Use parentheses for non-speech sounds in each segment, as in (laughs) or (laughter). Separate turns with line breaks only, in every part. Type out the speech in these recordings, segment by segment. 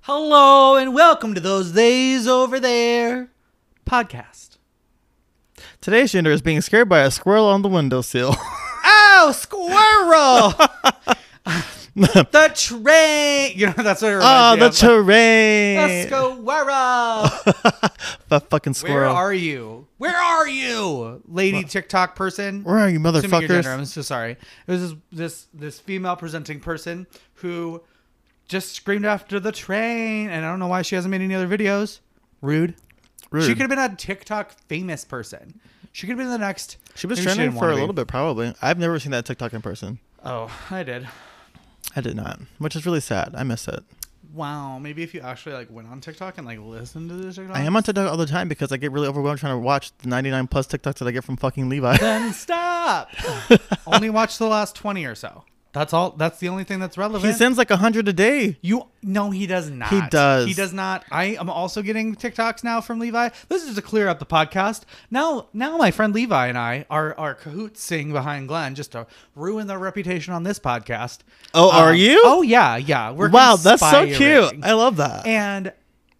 Hello and welcome to those days over there podcast.
Today's gender is being scared by a squirrel on
(laughs)
the windowsill.
Oh, squirrel! (laughs) the train. You know that's what it reminds
Ah,
me
the
of.
terrain.
The (laughs) squirrel.
The fucking
Where
squirrel.
are you? Where are you, lady TikTok person?
Where are you,
Assuming your gender,
motherfuckers?
I'm so sorry. It was this, this this female presenting person who just screamed after the train, and I don't know why she hasn't made any other videos. Rude.
Rude.
She could have been a TikTok famous person. She could have been the next.
She was
maybe didn't
trending for
wanna
a
be.
little bit, probably. I've never seen that TikTok in person.
Oh, I did.
I did not, which is really sad. I miss it.
Wow. Maybe if you actually like went on TikTok and like listened to the TikTok.
I am on TikTok all the time because I get really overwhelmed trying to watch the 99 plus TikToks that I get from fucking Levi.
Then stop. only watch the last twenty or so. That's all. That's the only thing that's relevant.
(laughs) he sends like 100 a day.
You no, he does not.
He does.
He does not. I am also getting TikToks now from Levi. This is to clear up the podcast. Now, now my friend Levi and I are are cahootsing behind Glenn just to ruin their reputation on this podcast.
Oh,
Um,
are you?
Oh yeah, yeah. We're
wow, that's so
conspiring.
cute. I love that.
and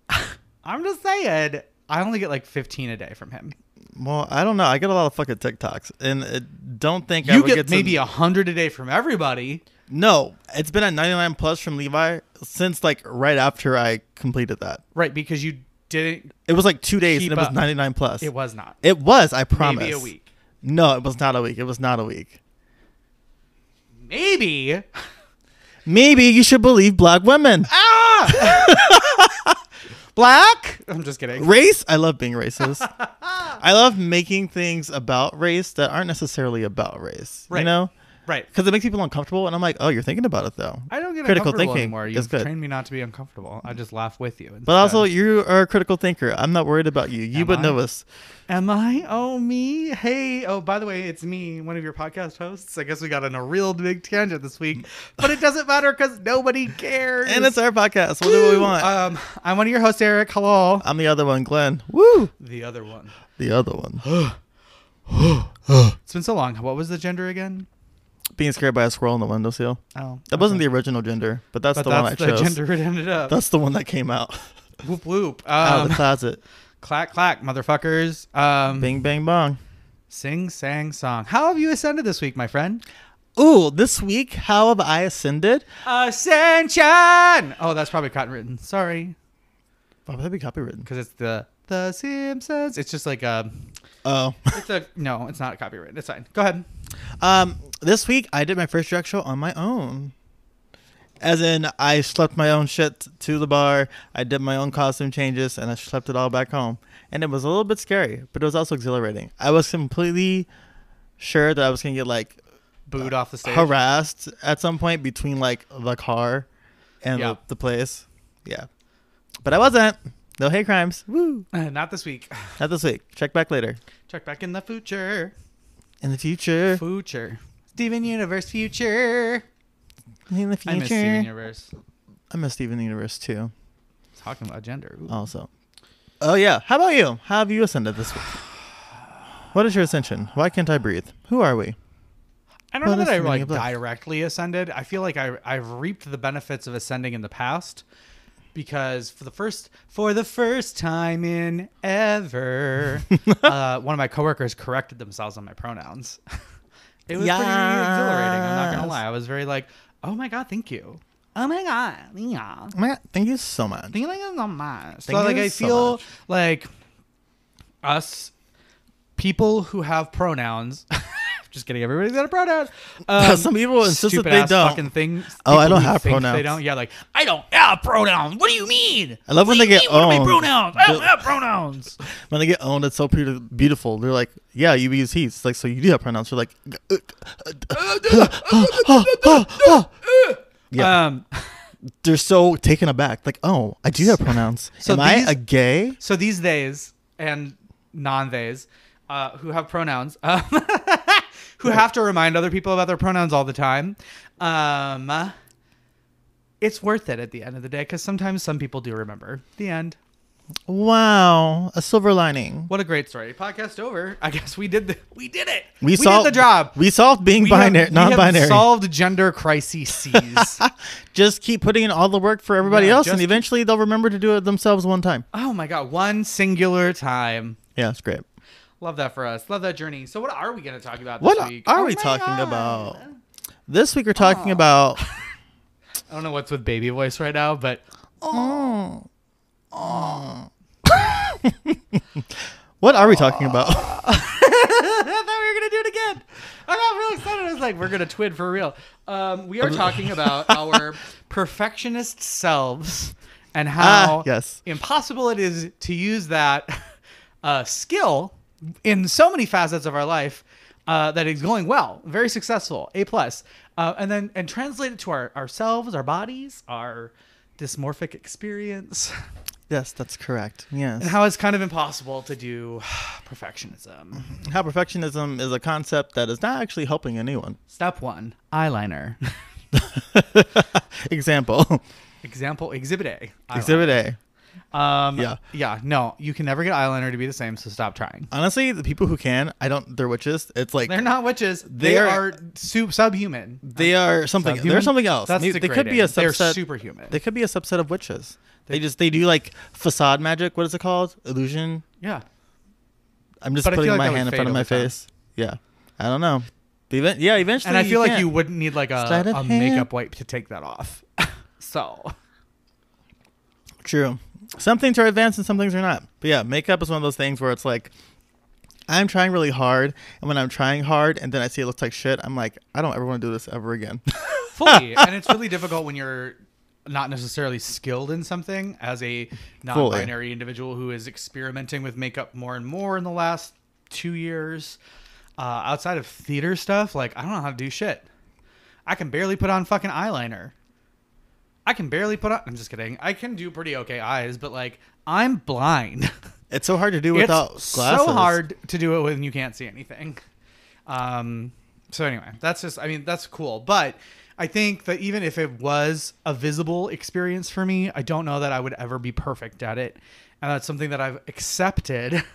(laughs) I'm just saying, I only get like 15 a day from him.
well, I don't know. I get a lot of fucking TikToks, and uh don't think I
You
would
get,
get to-
maybe a hundred a day from everybody.
No, it's been at 99 plus from Levi since like right after I completed that.
Right, because you didn't.
It was like two days
Keep
and it was
up.
99 plus.
It was not.
It was, I promise.
Maybe a week.
No, it was not a week. It was not a week.
Maybe. (laughs)
Maybe you should believe black women.
Ah!
(laughs)
Black? I'm just kidding.
Race? I love
(laughs)
being racist. I love making things about race that aren't necessarily about race.
Right.
You know?
Right.
Because it makes people uncomfortable, and I'm like, oh, you're thinking about it though.
I don't get
critical
uncomfortable
thinking
anymore.
is
You've
good.
trained me not to be uncomfortable. I just laugh with you.
but also,
instead.
you are a critical thinker. I'm not worried about you. You
Am
would
I?
notice.
am I? Oh me? Hey. Oh, by the way, it's me, one of your podcast hosts. I guess we got on a real big tangent this week, but it doesn't matter because nobody cares.
And it's our podcast. We'll do what we want.
Um, I'm one of your hosts, Eric. Hello.
I'm the other one, Glenn. Woo!
The other one.
The other one. (gasps)
It's been so long. What was the gender again?
Being scared by a squirrel on the windowsill.
Oh,
That wasn't the original gender, but that's
But
the
that's
one I
the
chose.
gender it ended up.
That's the one that came out (laughs)
whoop whoop.
out of
Um,
the (laughs) closet.
clack clack, motherfuckers. Um,
Bing bang bong.
sing sang song. How have you ascended this week, my friend?
Ooh, this week, how have I ascended?
Ascension. Oh, that's probably cotton written. Sorry,
Oh, that'd be copywritten.
because it's the the Simpsons. It's just like a.
Oh.
It's a no. It's not copyrighted. It's fine. Go ahead.
um, this week, I did my first drag show on my own. As in, I slept my own shit to the bar. I did my own costume changes, and I slept it all back home. And it was a little bit scary, but it was also exhilarating. I was completely sure that I was gonna get like
Booed off the stage.
harassed at some point between like the car and
Yeah.
the, the place. Yeah. But I wasn't. No hate crimes. Woo.
Uh, Not this week.
Not this week. Check back later.
Check back in the future.
In the future.
Future. Steven Universe future.
In the future.
I miss Steven Universe.
Universe too,
Talking about gender. Ooh.
also. Oh, yeah. How about you? How have you ascended this week? What is your ascension? Why can't I breathe? Who are we?
I don't
Well,
know that I
that's the meaning
like
of life.
directly ascended. I feel like I I've reaped the benefits of ascending in the past because for the first for the first time in (laughs) ever, uh, one of my coworkers corrected themselves on my pronouns. (laughs) it was pretty exhilarating. I'm not gonna
Yes.
lie. I was very like, oh my god, thank you. Oh my god, yeah.
Oh my God, thank you so (laughs) much.
Thank you so much. So
Thank
like
you
I
so
feel
much.
like us people who have pronouns. (laughs) just kidding. Everybody's got a (laughs) pronoun. Um,
Some people insist that
stupid
they
ass
don't.
Fucking things.
Oh, I
people
don't
who
have
think They
pronouns.
don't. Yeah, like I don't have pronouns. What do you mean?
I love
What
when
do you
they get
mean? What are my
owned.
pronouns? I don't
The-
have pronouns.
When they get owned, it's so pe- beautiful. They're like, yeah, you use he. It's like, so you do have pronouns. You're like, (laughs) "Uh, Yeah.
Um,
they're so taken aback. Like, oh, I do have pronouns.
So
Am
these-
I a gay?
so these days and non theys uh, who have pronouns uh, (laughs) who have to remind other people about their pronouns all the time um, it's worth it at the end of the day because sometimes some people do remember the end
Wow, a silver lining.
What a great story. Podcast over. I guess we did the, we did it.
We,
did
solved
the job.
We solved being
We have-
binary,
we have
non-binary.
solved gender crises. (laughs)
just keep putting in all the work for everybody
Yeah,
else,
just
and
keep-
eventually they'll remember to do it themselves one time.
oh my god, one singular time.
Yeah, it's great.
Love that for us. Love that journey. So what are we going to talk about this
What
week?
are
Oh
we
my
talking
God.
about? This week we're talking about.
I don't know what's with baby voice right now, but
What are we talking
(laughs)
about? (laughs)
I thought we were going to do it again. I got real excited. I was like, we're going to twid for real. Um, we are talking
(laughs)
about our perfectionist selves and how
Ah, yes.
impossible it is to use that (laughs) uh, skill in so many facets of our life uh, that is going well, very successful, A plus, uh, and then and translate it to our ourselves, our bodies, our dysmorphic experience, (laughs)
yes, that's correct. Yes.
and how it's kind of impossible to do (sighs) perfectionism.
how perfectionism is a concept that is not actually helping anyone. (laughs)
Step one: eyeliner. (laughs)
Example.
Example: Exhibit A. eyeliner.
Exhibit A.
Um, yeah.
Yeah.
Yeah. No, you can never get eyeliner to be the same, so stop trying.
Honestly, the people who can, I don't. They're witches. It's like
They're not witches. They,
They're-
are su- subhuman.
they are something.
Subhuman?
They're something else.
That's
they, they could be a
degrading. They're
subset.
superhuman.
They could be a subset of witches. They just they do like facade magic. What is it called? Illusion.
Yeah.
I'm just
But I
putting
feel like
my
that would
hand in front
fade
of my
over time.
face. Yeah, I don't know. The event, yeah, eventually.
And I feel like
can.
you wouldn't need like a,
Sleight of
a
hand.
makeup wipe to take that off. (laughs) so
True. Some things are advanced and some things are not. But yeah, makeup is one of those things where it's like, I'm trying really hard, and when I'm trying hard, and then I see it looks like shit, I'm like, I don't ever want to do this ever again. (laughs)
fully, and it's really difficult when you're not necessarily skilled in something as a non-binary individual who is experimenting with makeup more and more in the last two years. Uh, outside of theater stuff, like I don't know how to do shit. I can barely put on fucking eyeliner. I can barely put on. I'm just kidding. I can do pretty okay eyes, but like I'm blind. (laughs)
it's so hard to do without
it's
glasses.
so hard to do it when you can't see anything. Um, so anyway, that's just I mean that's cool, but I think that even if it was a visible experience for me, I don't know that I would ever be perfect at it, and that's something that I've accepted. (laughs)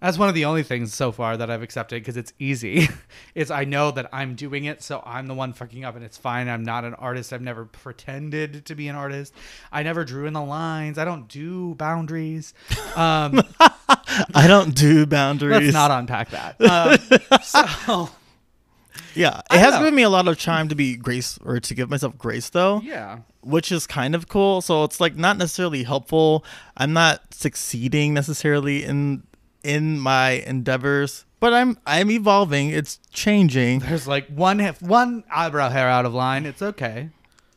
That's one of the only things so far that I've accepted because it's easy. (laughs) Is I know that I'm doing it, so I'm the one fucking up, and it's fine. I'm not an artist. I've never pretended to be an artist. I never drew in the lines. I don't do boundaries. Um,
(laughs) I don't do
Let's
boundaries.
not unpack that.
(laughs)
Um, so
Yeah,
I
it has
know.
given me a lot of time to be grace or to give myself grace though,
yeah,
which is kind of cool. So it's like not necessarily helpful. I'm not succeeding necessarily in in my endeavors, but I'm I'm evolving. It's changing.
there's like one if one eyebrow hair out of line. It's okay.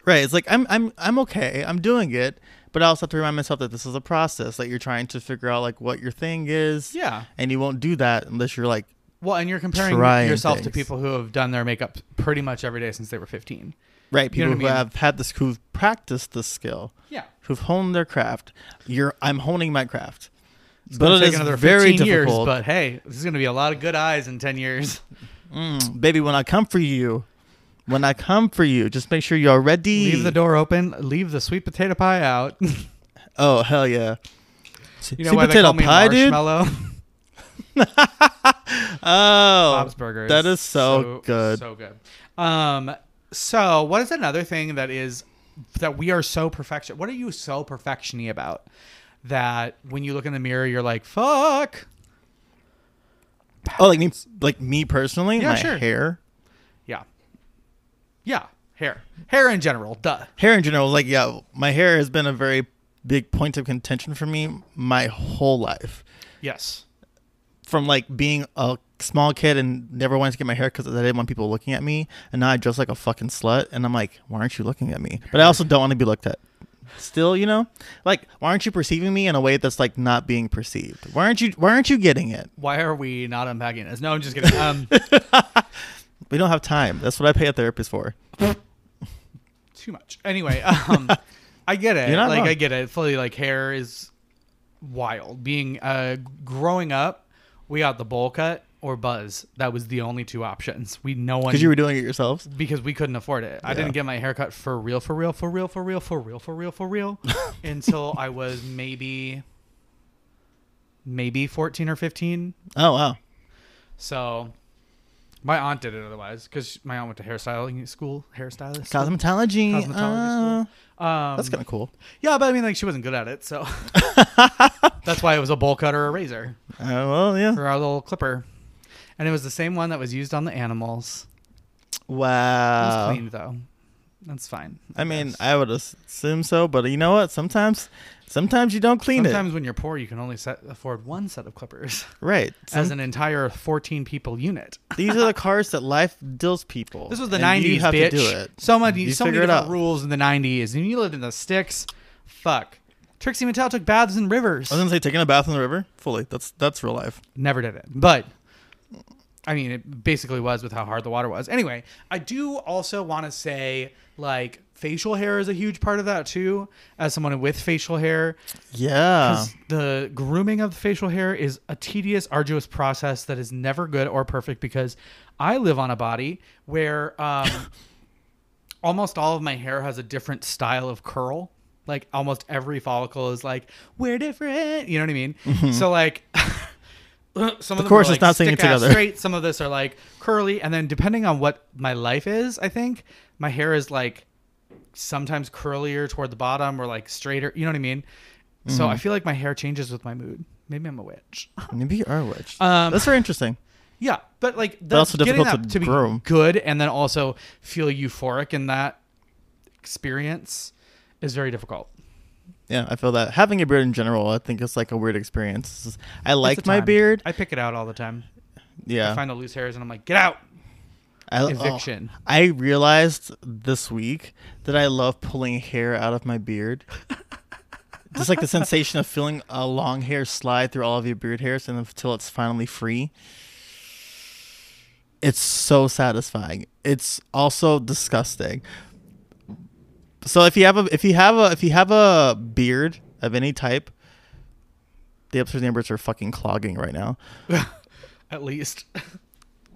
Right. It's like I'm I'm I'm okay. I'm doing it, but I also have to remind myself that this is a process that you're trying to figure out like what your thing is.
Yeah.
And you won't do that unless you're like
Well, and you're comparing
Trying
yourself to
things.
people who have done their makeup pretty much every day since they were 15.
right
You
people
know what I
who
mean?
have had this who've practiced this skill,
Yeah.
who've honed their craft. You're I'm honing my craft.
But
but it
take
is
another
very
15 years,
difficult.
but hey, this is going to be a lot of good eyes in 10 years. Mm.
Baby, when I come for you, when I come for you, just make sure you're ready.
Leave the door open. Leave the sweet potato pie out. (laughs) you
Oh hell yeah!
know why they call me marshmallow?
Oh,
Bob's Burgers.
That is so, good.
So good. Um, so what is another thing that is that we are so perfection? What are you so perfectiony about that when you look in the mirror you're like, fuck.
oh, like me, like me personally,
Yeah,
my
sure.
hair,
Yeah. Yeah. Hair. Hair in general. Duh.
hair in general. Like yeah, my hair has been a very big point of contention for me my whole life.
Yes.
From like being a small kid and never wanting to get my hair because I didn't want people looking at me, and now I dress like a fucking slut, and I'm like, why aren't you looking at me? But I also don't want to be looked at. Still, you know, like why aren't you perceiving me in a way that's like not being perceived? Why aren't you? Why aren't you getting it?
Why are we not unpacking this? No, I'm just kidding. Um,
We don't have time. That's what I pay a therapist for.
too much. Anyway,
(laughs)
um, I get it.
You're not
Like
wrong.
I get it. Fully like hair is wild. Being uh growing up, we got the bowl cut or buzz. That was the only two options. We no one
Because you were doing it yourselves.
because we couldn't afford it. I didn't get my haircut
(laughs)
for real, for real, for real, for real, for real, for real, for real until I was maybe maybe 14 or 15.
Oh wow.
So my aunt did it otherwise because my aunt went to hairstyling school, hairstylist. school,
Cosmetology.
cosmetology
uh,
school. Um,
That's kind of cool.
yeah, but I mean, like she wasn't good at it, so
(laughs)
that's why it was a bowl cut or a razor
Uh, well, yeah.
or our little clipper, and it was the same one that was used on the animals. It was
Wow.
clean though. That's fine.
I mean,
guess.
I would assume so, but you know what? Sometimes, sometimes you don't clean
sometimes when you're poor, you can only set, afford one set of
(laughs)
clippers
it. Right.
as an
Some-
entire 14 people unit.
these are the cars that life deals people.
This was the 90s,
and You have
bitch.
to do it.
So many,
You
so many
figure it
different
out.
rules in the 90s. And you lived in the sticks. Fuck. Trixie Mattel took baths in rivers.
I was gonna say taking a bath in the river. Fully. That's that's real life.
Never did it. But, I mean, it basically was with how hard the water was. Anyway, I do also want to say, like, facial hair is a huge part of that, too. As someone with facial hair,
Yeah.
'Cause the grooming of the facial hair is a tedious, arduous process that is never good or perfect because I live on a body where um, almost all of my hair has a different style of curl. Like almost every follicle is like, we're different. You know what I mean? So, like, (laughs) some of,
Mm-hmm. course,
them are,
it's
like,
not singing
stick-ass
together.
Straight. Some of this are like curly. And then depending on what my life is, I think my hair is like sometimes curlier toward the bottom or like straighter. You know what I mean? So
Mm-hmm.
I feel like my hair changes with my mood. Maybe I'm a witch.
Maybe you are a witch.
Um,
that's very interesting.
yeah, but like that's
also
getting
difficult
that
to
to, be
groom.
good and then also feel euphoric in that experience is very difficult.
Yeah, I feel that having a beard in general, I think it's like a weird experience. It's just- I
It's
like
a
my
time.
beard. Oh.
I pick it out all the time. I
Yeah,
find the loose hairs and I'm like, get out.
I, oh,
Eviction.
I realized this week that I love pulling hair out of my beard. just like the sensation of feeling a long hair slide through all of your beard hairs and until it's finally free. It's so satisfying. It's also disgusting. So if you have a if you have a if you have a beard of any type, the upstairs neighbors are fucking clogging right now.
At least. (laughs)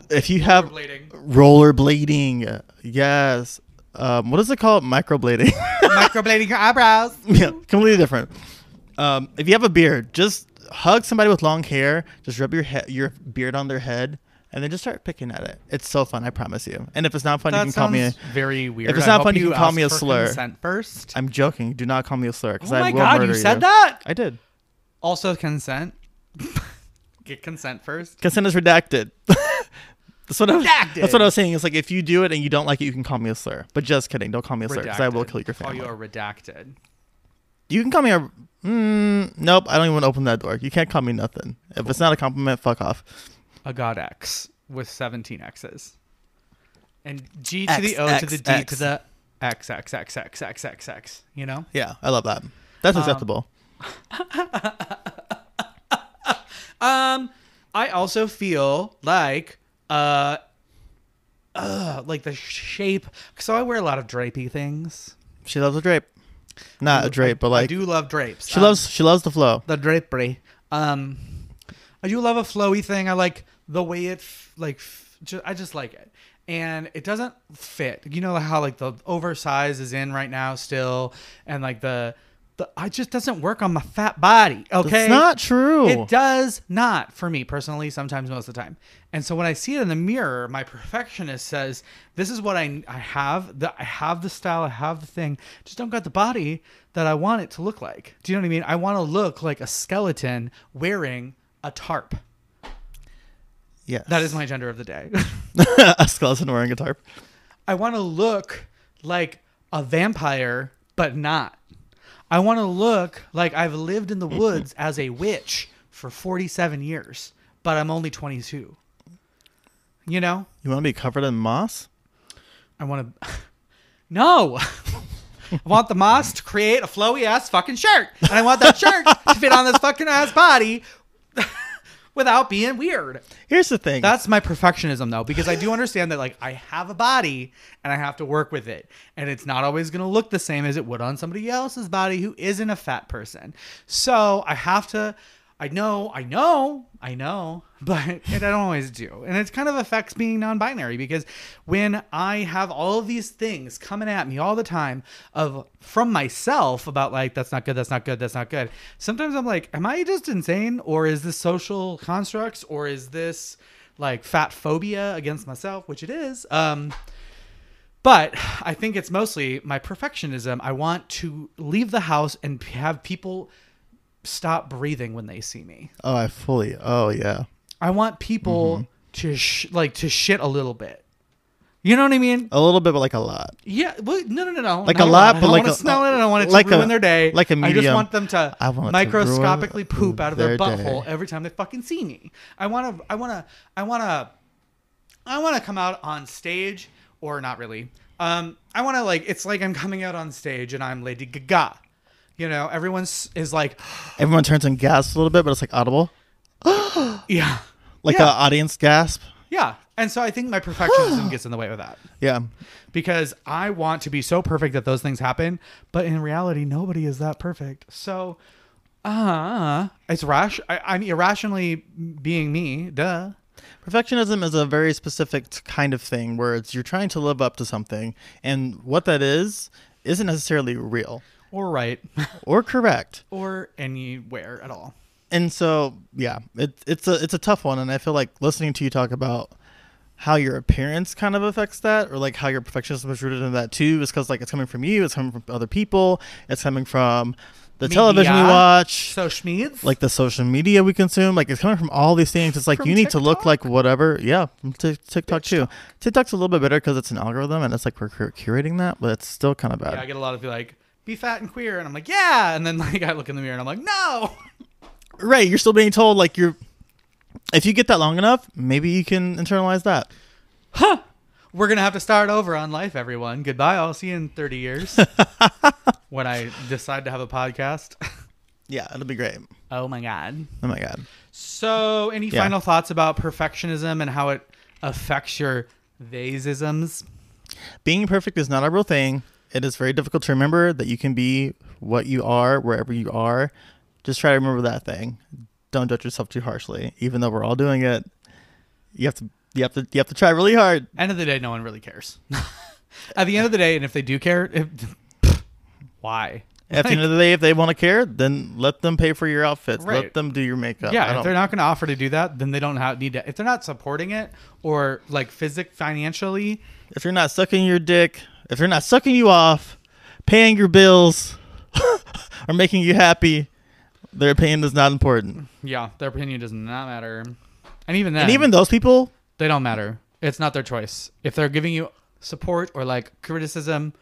If you have
Rollerblading.
rollerblading, yes. Um, what is it called? Microblading. (laughs)
Microblading your eyebrows.
yeah, completely different. Um, if you have a beard, just hug somebody with long hair. Just rub your he- your beard on their head, and then just start picking at it. It's so fun, I promise you. And if it's not fun,
That
you can
sounds
call me. A-
very weird.
it's
I
not
hope
fun, you can call
ask
me a
for
slur.
Consent first.
I'm joking. Do not call me a slur because
oh
I
my
will
god,
murder
you said
you.
that?
I did.
Also consent. (laughs) Get consent first.
Consent is redacted. (laughs) that's what I was, That's what
Redacted.
I was saying. It's like if you do it and you don't like it, you can call me a slur. But just kidding. Don't call me a slur because I will
Redacted.
kill your
Call
family.
you
You,
are redacted.
can call me a. Mm, nope, I don't even open that door. You can't call me nothing. If it's not a compliment, fuck off.
A god X with 17 X's. And G
X,
to the O to
X,
the D
X.
to the X, X, X, X, X, X, X. You know?
Yeah, I love that. That's acceptable.
Um, I also feel like, uh, uh, like the shape. So I wear a lot of drapey things.
She loves a drape. Not a drape, but
I
like
do love drapes.
she
Um,
loves she loves the flow.
the drapery. Um, I do love a flowy thing. I like the way it f- like f- ju- I just like it, and it doesn't fit. You know how like the oversize is in right now still, and like the the I just doesn't work on my fat body. Okay,
It's not true.
It does not for me personally, sometimes most of the time. And so when I see it in the mirror, my perfectionist says, This is what I, I have. The, I have the style. I have the thing. Just don't got the body that I want it to look like. Do you know what I mean? I want to look like a skeleton wearing a tarp.
yes.
That is my gender of the day.
(laughs)
(laughs)
a skeleton wearing a tarp.
I want to look like a vampire, but not. I want to look like I've lived in the woods as a witch for 47 years, but I'm only 22. You know?
You want to be covered in moss?
I want to. (laughs) No! (laughs) I want the moss to create a flowy ass fucking shirt. And I want that shirt to fit on this fucking ass body (laughs) without being weird.
Here's the thing.
That's my perfectionism though, because I do understand that like I have a body and I have to work with it. And it's not always gonna look the same as it would on somebody else's body who isn't a fat person. So I have to I know, I know, I know, (laughs) but it I don't always do. And it kind of affects being non binary because when I have all of these things coming at me all the time of from myself about like that's not good, that's not good, that's not good, sometimes I'm like, Am I just insane? Or is this social constructs or is this like fat phobia against myself, which it is? Um but I think it's mostly my perfectionism. I want to leave the house and have people stop breathing when they see me.
Oh, I fully. Oh, yeah.
I want people to sh- like to shit a little bit. You know what I mean?
A little bit, but like a lot.
Yeah. Well, no, no, no, no.
Like
not
a lot,
I
but
don't
like
want
a-
to smell it. I don't want it
like
to
a-
ruin their day.
like a
I just
medium.
want them to
I want it to
microscopically
ruin
poop out of their,
their
butthole
day.
every time they fucking see me. I want to. I want to. I want to. I want to come out on stage, or not really. Um, I want to like. It's like I'm coming out on stage and I'm Lady Gaga. You know, everyone's is like, (gasps)
Everyone turns and gasps a little bit, but it's like audible,
yeah,
like
yeah.
an audience gasp.
Yeah. And so I think my perfectionism
(gasps)
gets in the way with that
Yeah.
because I want to be so perfect that those things happen. But in reality, nobody is that perfect. So, uh, it's rash. I, I'm irrationally being me. Duh.
Perfectionism is a very specific t- kind of thing where it's you're trying to live up to something, and what that is isn't necessarily real
Or right. (laughs)
or correct.
or anywhere at all.
And so, yeah, it, it's a it's a tough one, and I feel like listening to you talk about how your appearance kind of affects that, or like how your perfectionism is rooted in that too, is because like it's coming from you, it's coming from other people, it's coming from the television you
Media.
watch,
So, Schmeeds.
like the social media we consume. Like it's coming from all these things. It's like
From
you need to look
TikTok?
like whatever. Yeah, from Tik- TikTok too. TikTok's a little bit better because it's an algorithm and it's like we're cur- curating that, but it's still kind of bad.
yeah, I get a lot of people like, be fat and queer. And I'm like, yeah. And then like, I look in the mirror and I'm like, no. (laughs)
Right, you're still being told like you're. If you get that long enough, maybe you can internalize that.
We're going to have to start over on life, everyone. Goodbye. I'll see you in 30 years
(laughs)
when I decide to have a podcast. (laughs)
Yeah, it'll be great.
Oh my god.
Oh my god.
So, any
Yeah.
final thoughts about perfectionism and how it affects your theysisms?
being perfect is not a real thing. It is very difficult to remember that you can be what you are wherever you are. Just try to remember that thing. Don't judge yourself too harshly, even though we're all doing it. You have to you have to you have to try really hard.
End of the day, no one really
(laughs)
cares. At the end of the day, and if they do care, if, (laughs) why?
At the end
Like,
of the day, if they want to care, then let them pay for your outfits.
Right.
Let them do your makeup. I
yeah, if
don't-
they're not going to offer to do that, then they don't have, need to. If they're not supporting it or like physic financially,
if you're not sucking your dick, if they're not sucking you off, paying your bills, (laughs) or making you happy, their opinion is not important.
yeah, their opinion does not matter. And even then,
And even those people,
they don't matter. It's not their choice. If they're giving you support or like criticism,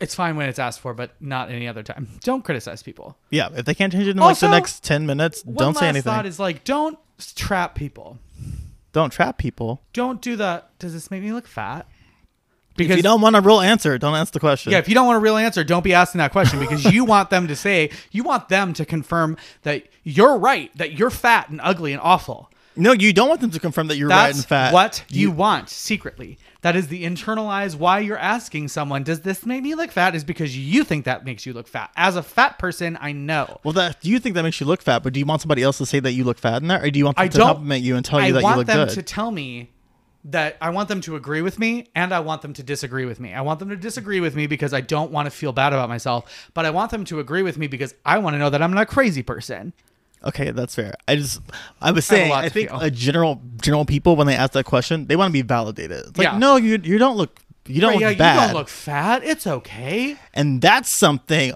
it's fine when it's asked for, but not any other time. (laughs) Don't criticize people.
yeah, if they can't change it in
Also,
like the next ten minutes,
One
don't
last
say anything.
thought is like, don't s- trap people.
don't trap people.
Don't do the. Does this make me look fat?
If
Because
you don't want a real answer, don't ask the question.
yeah, if you don't want a real answer, don't be asking that question because you (laughs) want them to say you want them to confirm that you're right, that you're fat and ugly and awful.
no, you don't want them to confirm that you're right
That's
and fat.
what you, want secretly. That is the internalize why you're asking someone, does this make me look fat? Is because you think that makes you look fat. As a fat person, I know.
Well, that you think that makes you look fat, but do you want somebody else to say that you look fat in that, or do you want them
I
to
don't-
compliment you and tell you
I
that you
want
look
them
good?
to tell me that I want them to agree with me and I want them to disagree with me. I want them to disagree with me because I don't want to feel bad about myself, but I want them to agree with me because I want to know that I'm not a crazy person.
Okay, that's fair. I just, I was
I have a
saying,
lot
I
to
think
feel.
a general general people when they ask that question, they want to be validated. It's like,
Yeah.
no, you you don't look you don't
But Oh, yeah,
look bad,
you don't look fat. It's okay.
and that's something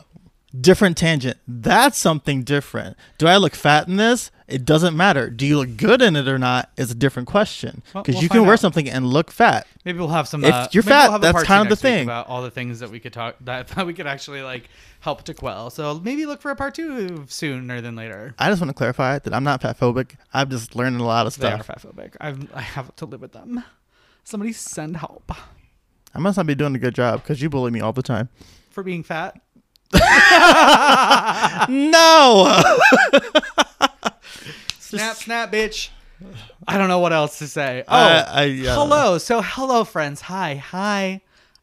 different. Tangent. That's something different. Do I look fat in this? It doesn't matter. Do you look good in it or not? Is a different question
Well,
because
we'll
you can
find
wear
out.
something and look fat.
Maybe we'll have some.
If
uh,
you're
maybe we'll
fat,
have a
that's
part two
kind of the
next week
thing.
about all the things that we could talk (laughs) that, that we could actually like help to quell. So maybe look for a part two sooner than later.
I just want to clarify that I'm not fatphobic. I'm just learning a lot of
They are
stuff.
fatphobic. I've, I have to live with them. Somebody send help
I must not be doing a good job because you bully me all the time.
for being fat.
no. (laughs)
Snap, snap, bitch. I don't know what else to say. Oh,
I- I- yeah.
hello. So hello, friends. Hi, hi.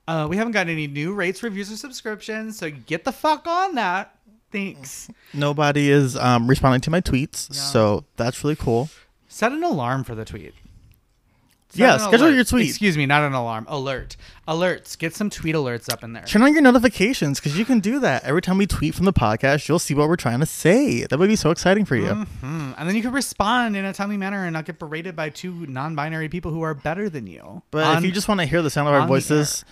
Uh, we haven't gotten any new rates, reviews, or subscriptions. So get the fuck on that. Thanks.
Nobody is um, responding to my tweets,
Yeah.
so that's really cool.
Set an alarm for the tweet. Set
Yeah,
an
schedule
alert.
your tweet.
Excuse me, not an alarm. Alert. Alerts. Get some tweet alerts up in there.
Turn on your notifications because you can do that. Every time we tweet from the podcast, you'll see what we're trying to say. That would be so exciting for you.
Hmm. And then you can respond in a timely manner and not get berated by two non-binary people who are better than you.
But
on-
if you just want to hear the sound of our
on the
voices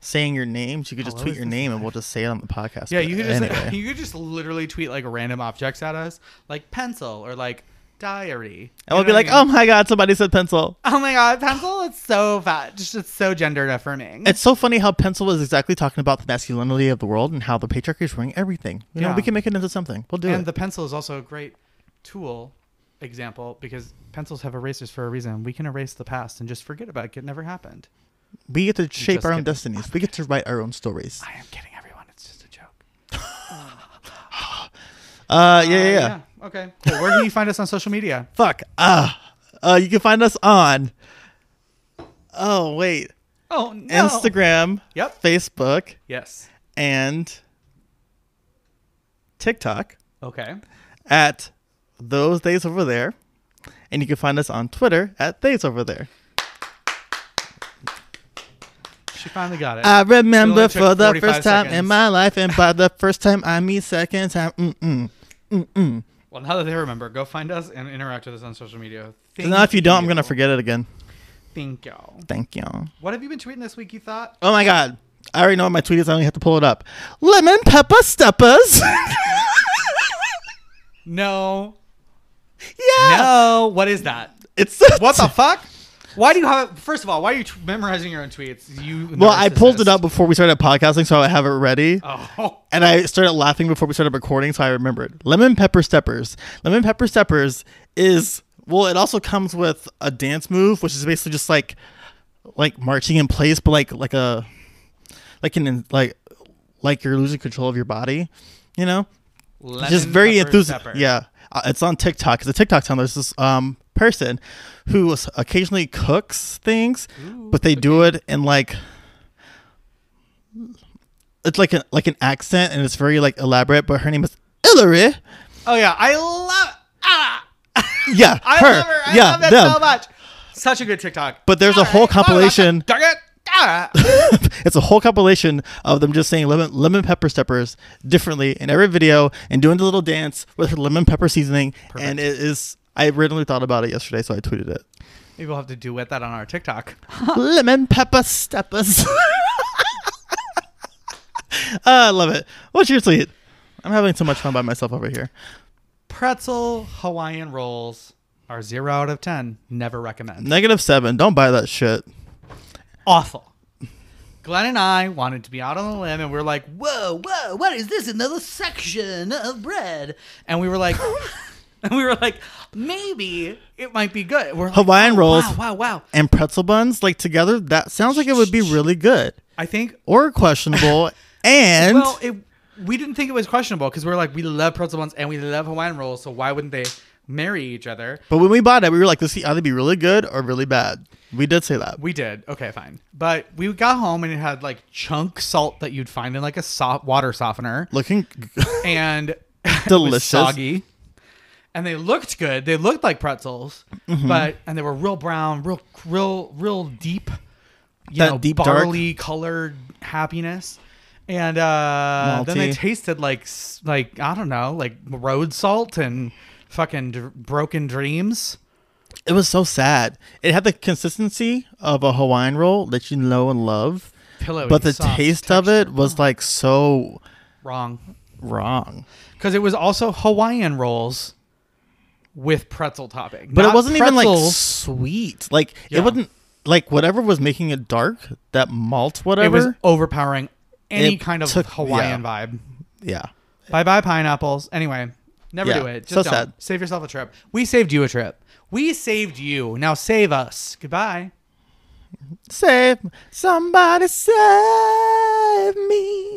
saying your names, you could just
Hello,
tweet
is
your
this
name and we'll just say it on the podcast.
yeah,
But
you could just (laughs)
anyway.
you could just literally tweet like random objects at us, like pencil or like diary.
and we'll be like, oh my god, somebody said pencil.
oh, oh my god, pencil. It's so fetch. It's so gender affirming.
It's so funny how pencil is exactly talking about the masculinity of the world and how the patriarchy is ruining everything. You know,
Yeah.
we can make it into something. We'll do
and
it.
the pencil is also a great tool example because pencils have erasers for a reason. We can erase the past and just forget about it. It never happened.
we get to shape
just
our own
kidding.
destinies. We get to write our
(laughs)
own stories.
I am kidding, everyone. It's just a joke.
Uh, yeah, yeah, yeah.
Uh, Okay. Well, where can you find us on social media?
Fuck. Uh, uh, you can find us on. Oh wait,
(laughs) Oh no.
Instagram.
Yep.
Facebook
Yes.
and TikTok.
Okay.
at those days over there, and you can find us on Twitter at days over there.
She finally got it.
I
It
remember
only
for
took
the
45
first time in
seconds.
my life, and by the first time I mean second time. Mm-mm.
well, now that they remember, go find us and interact with us on social media. Thank
Now, if you don't, I'm gonna forget it again.
Thank you.
Thank you.
What have you been tweeting this week? You thought?
Oh my god. I already know what my tweet is. I only have to pull it up. Lemon pepper steppers. (laughs)
No.
yeah.
No. What is that?
It's
What
(laughs)
the fuck? Why do you have? First of all, why are you t- memorizing your own tweets? You.
Well, I pulled it
narcissist.
up before we started podcasting, so I have it ready.
Oh.
And I started laughing before we started recording, so I remembered. Lemon pepper steppers. Lemon pepper steppers is well, it also comes with a dance move, which is basically just like like marching in place, but like like a like an like like you're losing control of your body, you know?
Lemon,
just very
pepper,
enthusiastic.
pepper.
Yeah, uh, it's on TikTok. It's a TikTok channel. There's this um person who s- occasionally cooks things, but they do it in like it's like an like an accent, and it's very like elaborate. But her name is Hillary.
Oh yeah, I love. Ah,
Yeah,
(laughs) I
her.
love her. I
yeah,
love that
them.
so much. Such a good TikTok.
But there's a
All
whole
well,
compilation- (laughs)
darn it. Ah. (laughs)
it's a whole compilation of them just saying lemon, lemon pepper steppers differently in every video and doing the little dance with her lemon pepper seasoning. And it is. I originally thought about it yesterday, so I tweeted it.
Maybe we'll have to duet that on our TikTok.
lemon pepper steppers. (laughs) Ah, I love it. What's your tweet? I'm having so much fun by myself over here.
pretzel Hawaiian rolls are zero out of ten. Never recommend.
Negative seven. Don't buy that shit.
Awful. Glenn and I wanted to be out on a limb, and we were like, "Whoa, whoa, what is this? Another section of bread?" And we were
(laughs)
like, and we were like, maybe it might be good. We're like,
Hawaiian
"Oh,
rolls.
Wow, wow, wow.
And pretzel buns, like together, that sounds like it would be really good
I think.
or
(laughs)
questionable. And
well, it, we didn't think it was questionable because we were like, we love pretzel buns and we love Hawaiian rolls, so why wouldn't they marry each other?
but when we bought it, we were like, this could either be really good or really bad. We did say that.
We did. Okay, fine. But we got home and it had like chunk salt that you'd find in like a soft water softener
Looking
and (laughs) it was
Delicious.
soggy. And they looked good. They looked like pretzels,
Mm-hmm.
but and they were real brown, real, real, real deep, you
That
know,
deep, dark-
barley colored happiness. And uh, then they
Malty.
tasted like s- like I don't know, like road salt and fucking dr- broken dreams.
(laughs) It was so sad. It had the consistency of a Hawaiian roll that you know and love,
Pillowy,
but the
soft
taste of it was like so
Wrong.
wrong.
because it was also Hawaiian rolls with pretzel topping.
But
Not
it wasn't even like
pretzels.
sweet. Like
Yeah.
it wasn't like whatever was making it dark. That malt,
it
whatever.
was overpowering any
It
kind of
took-
Hawaiian
yeah.
vibe.
yeah.
Bye bye pineapples. Anyway, never
Yeah,
do it. Just
so
don't.
sad.
Save yourself a trip. We saved you a trip. We saved you. Now save us. Goodbye.
Save somebody, save me.